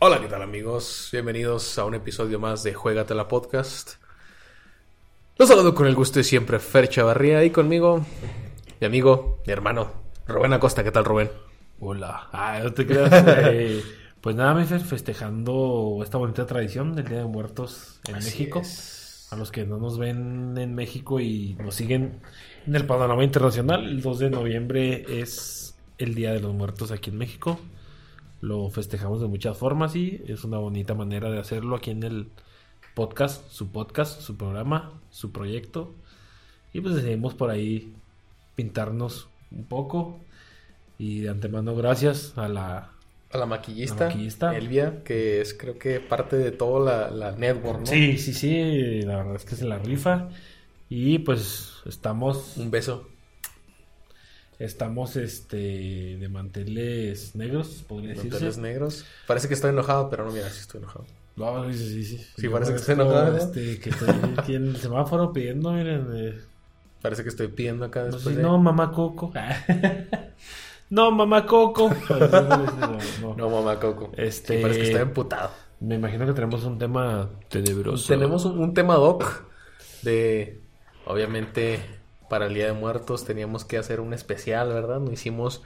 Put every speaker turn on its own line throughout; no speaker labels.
Hola, ¿qué tal amigos? Bienvenidos a un episodio más de Juégatela Podcast. Los saludo con el gusto de siempre, Fer Chavarría, y conmigo, mi amigo, mi hermano, Rubén Acosta. ¿Qué tal, Rubén?
Hola. Ah, no te creas. güey. pues nada, me festejando esta bonita tradición del Día de Muertos en
Así
México.
es.
A los que no nos ven en México y nos siguen en el panorama internacional, el 2 de noviembre es el Día de los Muertos aquí en México. Lo festejamos de muchas formas y es una bonita manera de hacerlo aquí en el podcast, su podcast, su programa, su proyecto. Y pues decidimos por ahí pintarnos un poco. Y de antemano, gracias a la
A la maquillista,
La maquillista.
Elvia, que es creo que parte de toda la, la network, ¿no?
Sí, sí, sí, la verdad es que se la rifa. Y pues estamos,
Un beso.
estamos este, de manteles negros, podría
Manteles
decirse.
negros. Parece que estoy enojado, pero no, mira, sí estoy enojado.
No, sí, sí, sí.
Sí, parece que
Yo
está enojado, ¿no?
este, que estoy aquí en el semáforo pidiendo, miren, eh,
Parece que estoy pidiendo acá
no, sé
después
si,
de...
no, mamá Coco. no, mamá Coco. Pues, No,
No, mamá Coco.
Este-
Sí, parece que estoy emputado.
Me imagino que tenemos un tema
Pues
tenebroso.
Tenemos un, un tema doc de, obviamente, para el Día de Muertos teníamos que hacer un especial, ¿verdad? No hicimos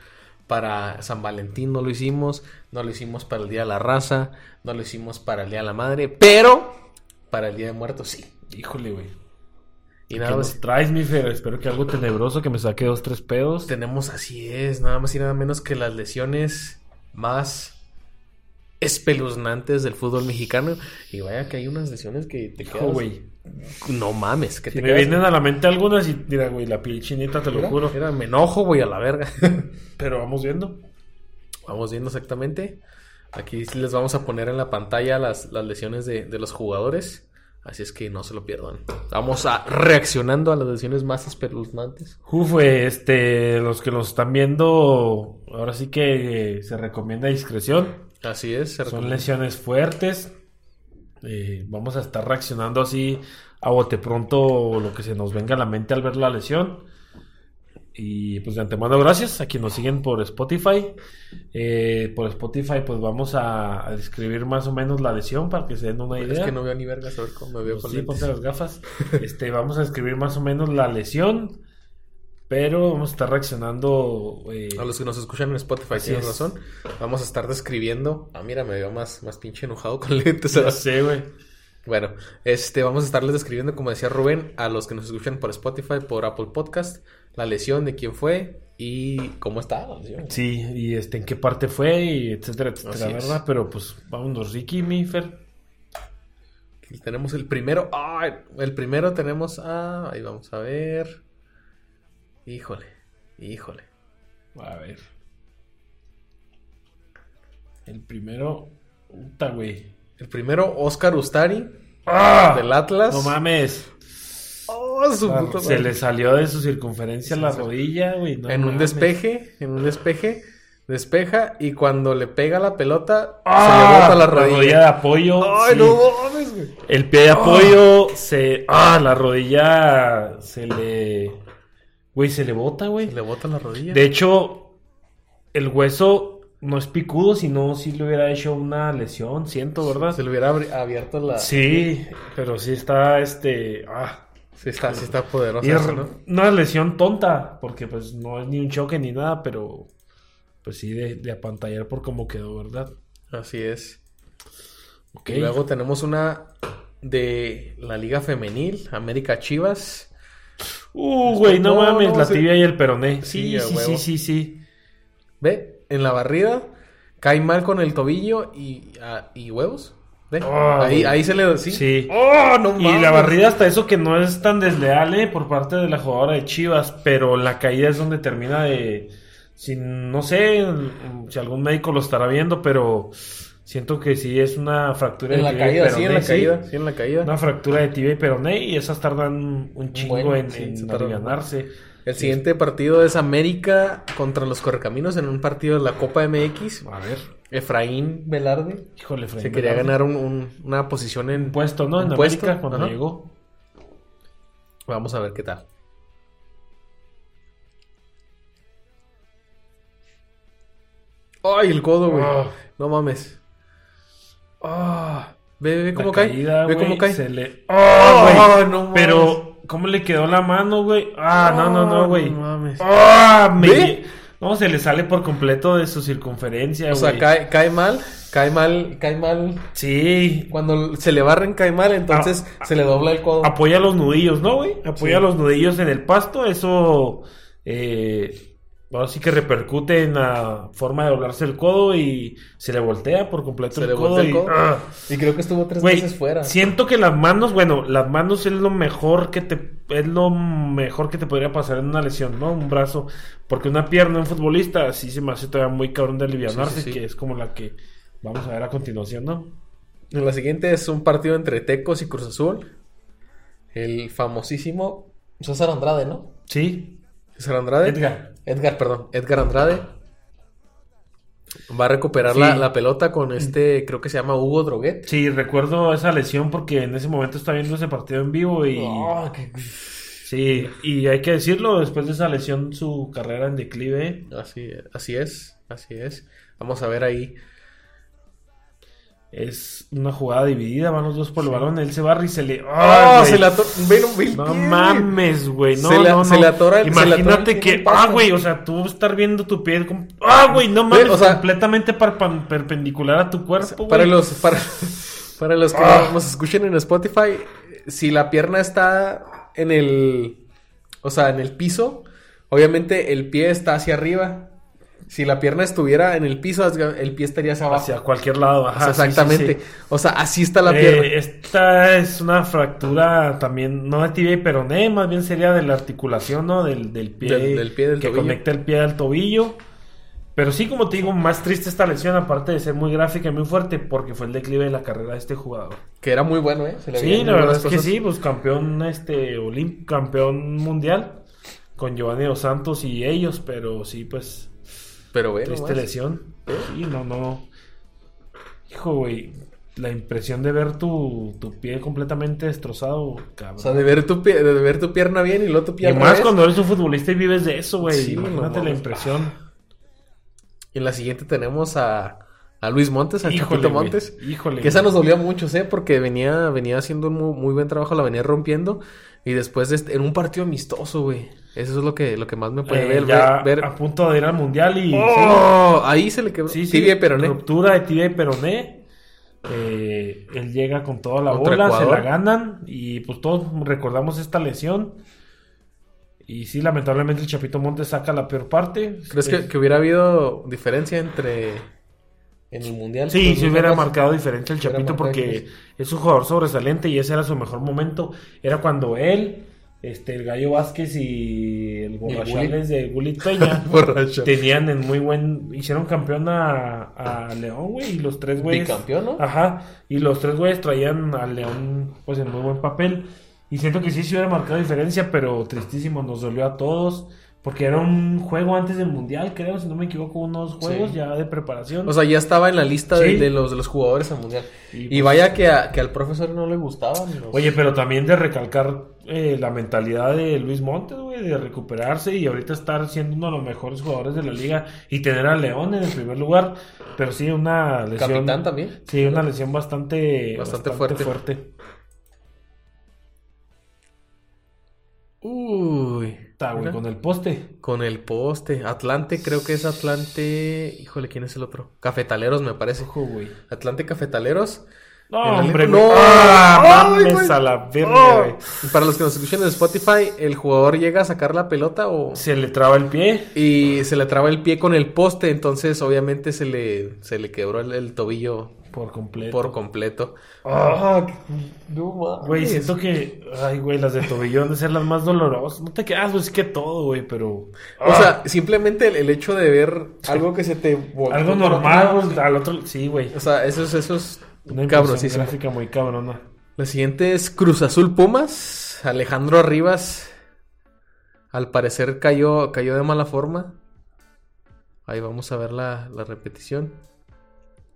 para San Valentín, no lo hicimos, no lo hicimos para el Día de la Raza, no lo hicimos para el Día de la Madre, pero para el Día de Muertos sí.
Híjole, güey.
Y
¿Qué
nada más
nos traes, mi Fer? Espero que algo tenebroso que me saque dos, tres pedos.
tenemos así es, nada más y nada menos que las lesiones más espeluznantes del fútbol mexicano. Y vaya que hay unas lesiones que te
Hijo,
quedas-
güey.
No mames, que
Si
te
me
quedas...
vienen a la mente algunas y mira, güey, la piel chinita, te lo
Mira,
juro.
mira, me enojo, güey, a la verga.
Pero vamos viendo.
Vamos viendo exactamente. Aquí sí les vamos a poner en la pantalla las, las lesiones de, de los jugadores. Así es que no se lo pierdan. Vamos a reaccionando a las lesiones más espeluznantes.
Uf, güey, este, los que nos están viendo, ahora sí que eh, se recomienda discreción.
Así es. se
Son
recomienda.
lesiones fuertes. Eh, vamos a estar reaccionando así a bote pronto lo que se nos venga a la mente al ver la lesión. Y pues de antemano gracias a quienes nos siguen por Spotify. Eh, por Spotify pues vamos a, a describir más o menos la lesión para que se den una idea.
Es que no veo ni verga, a ver cómo me veo
Pues
con
sí,
lentes.
ponte las gafas. Este, vamos a escribir más o menos la lesión, pero vamos a estar reaccionando. eh,
A los que nos escuchan en Spotify,
Así
tienes
es.
razón. Vamos a estar describiendo. Ah, mira, me veo más, más pinche enojado con lentes.
ya sé, güey.
Bueno, este, vamos a estarles describiendo, como decía Rubén, a los que nos escuchan por Spotify, por Apple Podcast, la lesión de quién fue y cómo está la lesión.
Sí, y este, en qué parte fue, y etcétera, etcétera,
Así es.
¿verdad? Pero pues vámonos, Ricky, mi Fer.
Aquí Tenemos el primero. ¡Ay! el primero tenemos a. Ahí vamos a ver. Híjole, híjole.
A ver. El primero. Puta, güey.
El primero, Oscar Ustari,
¡Ah!
del Atlas.
No mames.
¡Oh, su puta
Se
madre!
le salió de su circunferencia
Sí,
la
sí.
rodilla, güey. no
en un
mames.
despeje, en un despeje, despeja y cuando le pega la pelota, se le
¡Ah!
bota la rodilla.
de apoyo.
¡Ay,
sí.
no mames, güey!
El
Ah.
pie de apoyo se. Ah, la rodilla se le. Güey, se le bota, güey.
Se le bota la rodilla.
De hecho, el hueso no es picudo, sino si le hubiera hecho una lesión, siento, ¿verdad?
Se le hubiera abri- abierto la.
Sí, pero sí está este. Ah.
Sí, está, sí está poderosa.
Y es
esa, ¿no?
una lesión tonta, porque pues no es ni un choque ni nada, pero. Pues sí, de, de apantallar por cómo quedó, ¿verdad?
Así es.
Ok.
Y luego tenemos una de la Liga Femenil, América Chivas.
Uh, güey, no,
No,
mames,
no,
la
sí.
tibia y el peroné. Sí,
Sí, a
sí, sí,
huevo.
sí, sí.
Ve, en la barrida, cae mal con el tobillo y, ah, y huevos. Ve,
Ah,
ahí,
güey.
ahí se le. Sí.
Sí.
¡Oh, no mames!
Y la barrida hasta eso que no es tan desleal ¿eh? por parte de la jugadora de Chivas, pero la caída es donde termina de... Si, no sé mm, si algún médico lo estará viendo, pero siento que sí es una fractura
En
de
la
tibia y
caída, sí, en la
peroné,
caída. Sí, en la caída.
Una fractura de tibia y peroné y esas tardan un chingo
Bueno,
en,
sí,
en
se tardan.
alivianarse.
El siguiente partido es América contra los Correcaminos en un partido de la Copa MX.
A ver.
Efraín Velarde
Híjole, Efraín
se quería
Velarde.
ganar un- un- una posición en...
un puesto, ¿no? En
un puesto,
América cuando
ajá.
llegó.
Vamos a ver qué tal. ¡Ay, el codo, güey!
Ah.
No mames. ¡Ah! Ve, ve cómo
La
cae.
caída,
ve cómo
güey,
cae.
se le-
¡Ah,
güey!
no mames!
Pero, ¿cómo le quedó la mano, güey? Ah, no, no, no, güey.
No mames.
¡Ah! me-
¿Ve?
No, se le sale por completo de su circunferencia, güey.
O sea, cae, cae mal, cae mal, cae mal.
Sí.
Cuando se le barren, cae mal, entonces
Ah,
se le dobla el codo.
Apoya los nudillos, ¿no, güey? Apoya
Sí.
los nudillos en el pasto. Eso. Eh, ahora sí que repercute en la forma de doblarse el codo y se le voltea por completo
Se
el
le
codo.
voltea el
y-
codo.
¡Ah!
Y creo que estuvo tres
Güey,
meses fuera.
Siento que las manos, bueno, las manos es lo mejor que te es lo mejor que te podría pasar en una lesión, ¿no? Un brazo, porque una pierna un futbolista sí se me hace todavía muy cabrón de alivianarse,
Sí, sí, sí.
que es como la que vamos a ver a continuación, ¿no?
La siguiente es un partido entre Tecos y Cruz Azul. El famosísimo César Andrade, ¿no?
Sí.
César Andrade.
Edgar.
Edgar, perdón. Edgar Andrade. Va a recuperar la,
Sí.
la pelota con este, creo que se llama Hugo Droguet.
Sí, recuerdo esa lesión porque en ese momento estaba viendo ese partido en vivo y
Ah, qué-
sí, y hay que decirlo, después de esa lesión su carrera en declive
Así, así es, así es. Vamos a ver ahí.
es una jugada dividida, van los dos por el balón, él se barra y se le
¡Ah!
¡Ah,
se
güey!
la ator- ve, no, ve el
No
pie, güey.
mames, güey. No,
Se la-
no, no.
se le atora el- se le atora el
Imagínate
pie en
que.
el
Ah,
pasto.
güey. O sea, tú estar viendo tu piel. como- Ah, güey. No
Güey,
mames.
o sea-
completamente parpa- perpendicular a tu cuerpo, güey.
Para los, para, para los que
Ah.
nos escuchen en Spotify, si la pierna está en el, o sea, en el piso, obviamente el pie está hacia arriba. Si la pierna estuviera en el piso, hacia- el pie estaría hacia abajo.
Hacia cualquier lado.
O sea,
Ajá, sí, sí,
exactamente.
sí.
O sea, así está la
Eh,
pierna.
esta es una fractura también, no de tibia y peroné, más bien sería de la articulación, ¿no? Del, del pie,
Del- del pie del
que
tobillo.
conecta el pie al tobillo. Pero sí, como te digo, más triste esta lesión, aparte de ser muy gráfica y muy fuerte, porque fue el declive de la carrera de este jugador.
Que era muy bueno, ¿eh? Se le
Sí,
veían
la
muy
verdad
buenas
es que
cosas.
sí, pues campeón este olim- campeón mundial con Giovanni Dos Santos y ellos, pero sí, pues
Pero bueno,
triste lesión.
¿Eh?
Sí, no, no. Hijo, güey, la impresión de ver tu, tu pie completamente destrozado, cabrón.
o sea, de ver tu, pie- de ver tu pierna bien y luego tu
y
pierna
más cuando eres un futbolista y vives de eso, güey.
Sí, no
Imagínate
mames.
la impresión.
En la siguiente tenemos a, a Luis Montes, a
Híjole,
Chapito
güey,
Montes.
Híjole.
Que esa
güey.
nos dolía mucho, ¿eh? Porque venía, venía haciendo un mu- muy, buen trabajo, la venía rompiendo. Y después de este- en un partido amistoso, güey. Eso es lo que, lo que más me puede
Eh,
ver.
ya
ver,
a punto de ir al mundial y
¡Oh! Ahí se le quebró.
Sí, sí.
tibia y peroné.
Ruptura de tibia y peroné. Eh, él llega con toda la
Contra
bola, se
Ecuador.
la ganan y pues todos recordamos esta lesión. Y sí, lamentablemente el Chapito Montes saca la peor parte.
¿Crees
Es-
que, que hubiera habido diferencia entre. en el mundial?
Sí,
Pues,
se
¿no?
hubiera marcado diferente el
hubiera
Chapito
marcado
porque
diferencia.
es un jugador sobresaliente y ese era su mejor momento. Era cuando él, este, el Gallo Vázquez y el Borrachales de Gulli Peña
Borracho.
tenían en muy buen. Hicieron campeón a, a León, güey, y los tres güeyes.
Bicampeón, ¿no?
Ajá, y los tres güeyes traían al León, pues en muy buen papel. Y siento que sí se hubiera marcado diferencia, pero tristísimo, nos dolió a todos. Porque era un juego antes del mundial, creo, si no me equivoco, unos juegos
Sí.
ya de preparación.
O sea, ya estaba en la lista
Sí.
de, de los, de los jugadores al mundial.
Y,
Y,
pues,
vaya que, a- que al profesor no le gustaban. los-
Oye, pero también de recalcar eh, la mentalidad de Luis Montes, güey, de recuperarse y ahorita estar siendo uno de los mejores jugadores de la liga y tener a León en el primer lugar, pero sí una lesión.
Capitán también.
Sí, una lesión bastante,
Bastante fuerte. Uy.
Está, güey,
Mira.
con el poste.
Con el poste. Atlante, creo que es Atlante. Híjole, ¿quién es el otro? Cafetaleros, me parece.
Ojo, güey.
Atlante Cafetaleros.
No,
En la
hombre,
lengua.
güey.
¡No!
¡Ah,
¡Ay,
mames
güey!
a la verga,
¡Oh!
güey!
Y Para los que nos escuchan en Spotify, el jugador llega a sacar la pelota o...
Se le traba el pie.
y se le traba el pie con el poste, entonces obviamente se le, se le quebró el, el tobillo
Por completo.
por completo.
Ah,
No
Güey, siento que. Ay, güey, las de tobillo han de ser las más dolorosas. No te quedas, güey, es que todo, güey, pero.
O sea,
Ah.
simplemente el, el hecho de ver algo que se te... volteó
Algo
para otro
normal,
lado.
güey, al otro. Sí, güey.
O sea, eso es, eso es
Una impresión
cabroncísimo.
gráfica muy cabrona.
La siguiente es Cruz Azul Pumas. Alejandro Rivas. Al parecer cayó, cayó de mala forma. Ahí vamos a ver la, la repetición.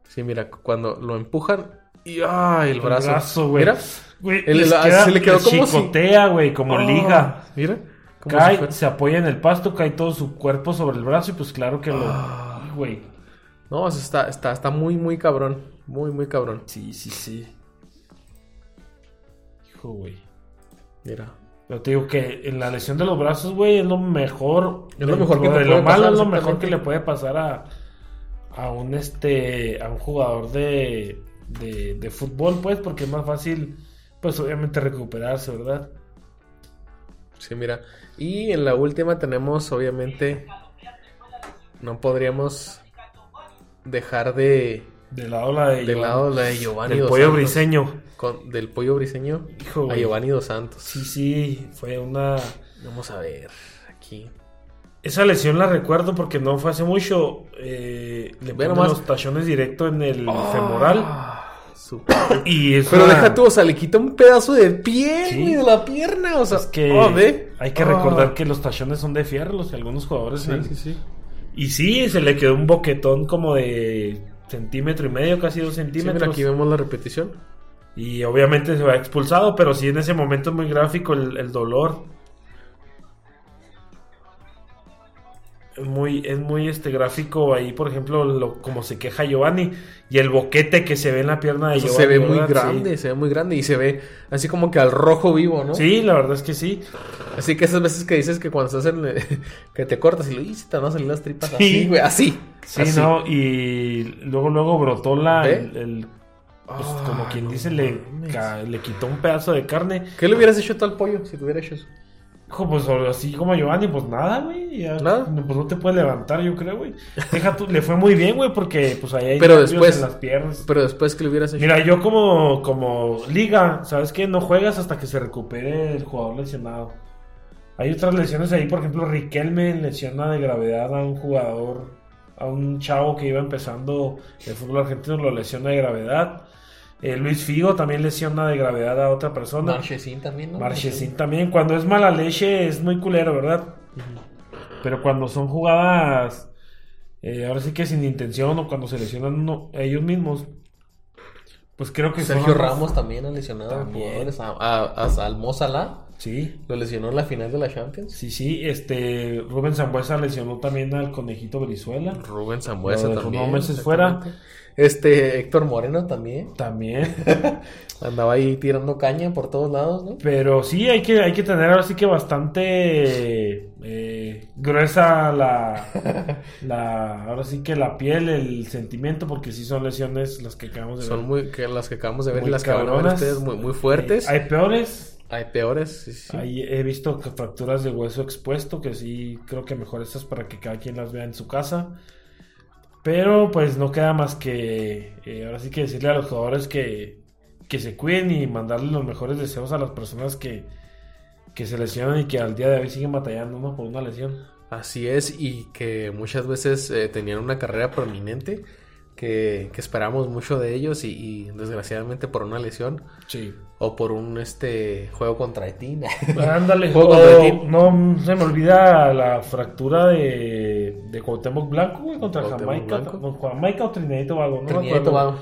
Sí, mira, cuando lo empujan y ¡ah! El
El
brazo.
brazo, güey.
Mira,
Güey,
El-
les
la-
queda-
se le quedó
les
como si-
chicotea, güey, como
¡Ah!
liga.
Mira, como si
Cae,
fuera-
se apoya en el pasto, cae todo su cuerpo sobre el brazo y pues claro que lo...
Ah.
Ay, Güey.
No, eso está, está, está muy, muy cabrón. Muy, muy cabrón.
Sí, sí, sí. Hijo, güey.
Mira.
Pero te digo que en la lesión de los brazos, güey, es lo mejor.
Es lo mejor que
dentro
te
de lo
puede
malo,
pasar,
es lo mejor
exactamente.
que le puede pasar a, a un este a un jugador de, de, de fútbol, pues, porque es más fácil, pues, obviamente recuperarse, ¿verdad?
Sí, mira. Y en la última tenemos, obviamente, no podríamos dejar de,
De lado la de,
de lado la de Giovanni
del
Dos
pollo
Santos.
briseño.
Con- del pollo briseño
Hijo,
a
güey.
Giovanni Dos Santos.
Sí, sí, fue una
Vamos a ver aquí.
esa lesión la recuerdo porque no fue hace mucho. eh, le
Ve
ponen
nomás.
los tachones directo en el femoral
Ah, su-
y es
Pero
una-
deja tú, o sea, le quita un pedazo de piel
Sí.
güey, de la pierna. O sea,
Es que
oh, ve.
hay que
Ah.
recordar que los tachones son de fierro, los- algunos jugadores. en
Sí, sí,
el-
sí.
Y sí, se le quedó un boquetón como de centímetro y medio, casi dos
Sí, mira,
centímetros.
aquí vemos la repetición.
y obviamente se va expulsado, pero sí en ese momento es muy gráfico el, el dolor. Es Muy, es muy este gráfico ahí, por ejemplo, lo, como se queja Giovanni y el boquete que se ve en la pierna de
O sea,
Giovanni.
se ve muy
¿verdad? Sí.
grande, se ve muy grande y se ve así como que al rojo vivo, ¿no?
sí, la verdad es que sí.
Así que esas veces que dices que cuando estás en el- que te cortas y lo y se te van a salir las tripas
Sí.
así, güey, así.
Sí,
así.
no, y luego, luego brotó la.
¿Ve?
El, el- pues,
Ah,
como quien
no
dice, le,
mames.
ca- le quitó un pedazo de carne.
¿Qué le hubieras hecho tú al pollo si te hubiera hecho eso?
Hijo, pues así como Giovanni, pues nada, güey. ya,
Nada.
no, Pues no te puedes levantar, yo creo, güey. Deja tú, le fue muy bien, güey, porque pues ahí hay
Pero
cambios
después-
en las piernas.
Pero después que le hubieras hecho.
Mira, yo como, como liga, ¿sabes qué? No juegas hasta que se recupere el jugador lesionado. Hay otras lesiones ahí, por ejemplo, Riquelme lesiona de gravedad a un jugador, a un chavo que iba empezando el fútbol argentino, lo lesiona de gravedad. Eh, Luis Figo también lesiona de gravedad a otra persona.
Marchesín también, ¿no? pues,
Marchesín también, cuando es mala leche es muy culero, ¿verdad? Pero cuando son jugadas, eh, ahora sí que sin intención o cuando se lesionan uno- ellos mismos, pues creo que
Sergio
son-
Ramos también ha lesionado
También.
jugadores. A, a, a Al Mo Salah
Sí,
lo lesionó en la final de la Champions.
sí, sí. Este, Rubén Zambuesa lesionó también al conejito Brizuela.
Rubén Zambuesa
Lo dejó
también.
unos meses
exactamente. Este, Héctor Moreno también.
También.
Andaba ahí tirando caña por todos lados, ¿no?
Pero sí, hay que, hay que tener ahora sí que bastante eh, gruesa la, la. Ahora sí que la piel, el sentimiento, porque sí son lesiones las que acabamos de
Son
ver.
muy, que las que acabamos de ver
Muy
y las que van a ver
cabronas.
ustedes muy, muy fuertes.
Eh, hay peores.
Hay peores, sí, sí.
Ahí he visto que fracturas de hueso expuesto, que sí creo que mejor estas para que cada quien las vea en su casa. Pero pues no queda más que eh, ahora sí que decirle a los jugadores que, que se cuiden y mandarle los mejores deseos a las personas que, que se lesionan y que al día de hoy siguen batallando ¿no? por una lesión.
Así es, y que muchas veces eh, tenían una carrera prominente que, que esperamos mucho de ellos y, y desgraciadamente por una lesión
Sí.
o por un este juego contra Haití.
Pues, Ándale,
Juego
o-
contra el Team.
no se me olvida la fractura de, de Cuauhtémoc Blanco güey, contra
Cuauhtémoc
Jamaica.
Blanco.
no, Jamaica o Trinidad y Tobago, no me
Trinidad y
acuerdo.
Tobago.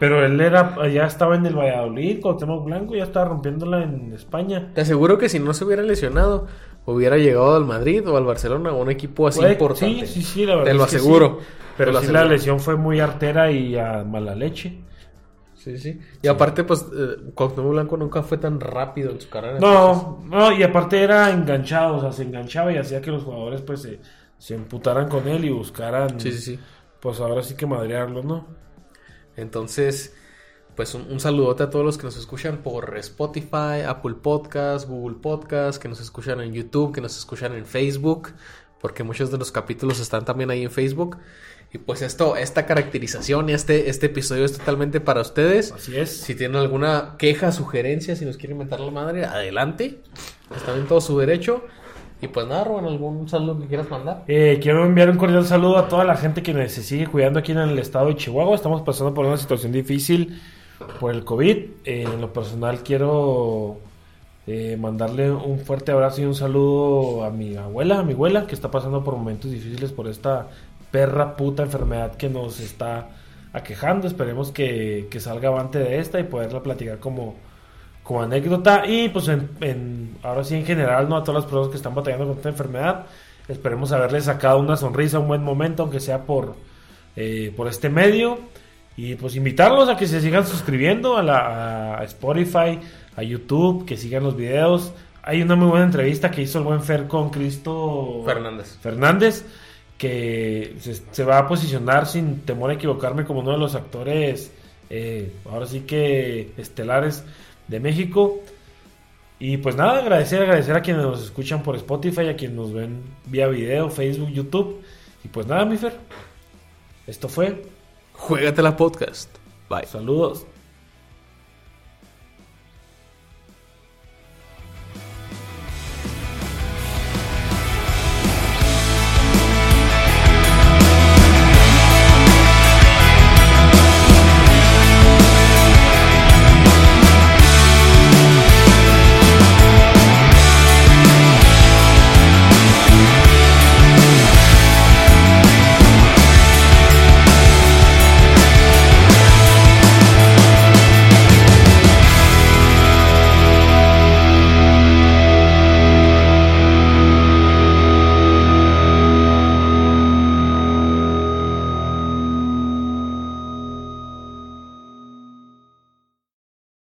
Pero él era, ya estaba en el Valladolid, Cuauhtémoc Blanco, ya estaba rompiéndola en España.
Te aseguro que si no se hubiera lesionado, hubiera llegado al Madrid o al Barcelona, un equipo así
Puede-
importante.
Sí, sí, sí, la verdad.
Te lo
es que
aseguro.
sí. Pero
Te lo
sí,
aseguro.
la lesión fue muy artera y a mala leche.
Sí, sí. Y aparte, pues, eh, Cuauhtémoc Blanco nunca fue tan rápido en su carrera. entonces-
No, no, y aparte era enganchado, o sea, se enganchaba y hacía que los jugadores pues se, se emputaran con él y buscaran,
Sí, sí, sí.
pues ahora sí que madrearlo, ¿no?
Entonces, pues un, un saludote a todos los que nos escuchan por Spotify, Apple Podcast, Google Podcast, que nos escuchan en YouTube, que nos escuchan en Facebook, porque muchos de los capítulos están también ahí en Facebook. Y pues esto, esta caracterización y este, este episodio es totalmente para ustedes.
Así es.
Si tienen alguna queja, sugerencia, si nos quieren meter la madre, adelante. Están en todo su derecho. Y pues nada, Rubén, algún saludo que quieras mandar.
Eh, quiero enviar un cordial saludo a toda la gente que nos sigue cuidando aquí en el estado de Chihuahua. Estamos pasando por una situación difícil por el COVID. Eh, en lo personal quiero eh, mandarle un fuerte abrazo y un saludo a mi abuela, a mi abuela, que está pasando por momentos difíciles por esta perra puta enfermedad que nos está aquejando. Esperemos que, que salga avante de esta y poderla platicar como, como anécdota. Y pues en, en- ahora sí en general, ¿no? A todas las personas que están batallando con esta enfermedad. Esperemos haberles sacado una sonrisa, un buen momento, aunque sea por, eh, por este medio. Y pues invitarlos a que se sigan suscribiendo a, la, a Spotify, a YouTube, que sigan los videos. Hay una muy buena entrevista que hizo el buen Fer con Cristo
Fernández.
Fernández, que se, se va a posicionar sin temor a equivocarme como uno de los actores, eh, ahora sí que estelares de México. Y pues nada, agradecer, agradecer a quienes nos escuchan por Spotify, a quienes nos ven vía video, Facebook, YouTube. Y pues nada, mi Fer. Esto fue.
Juégatela podcast. Bye.
Saludos.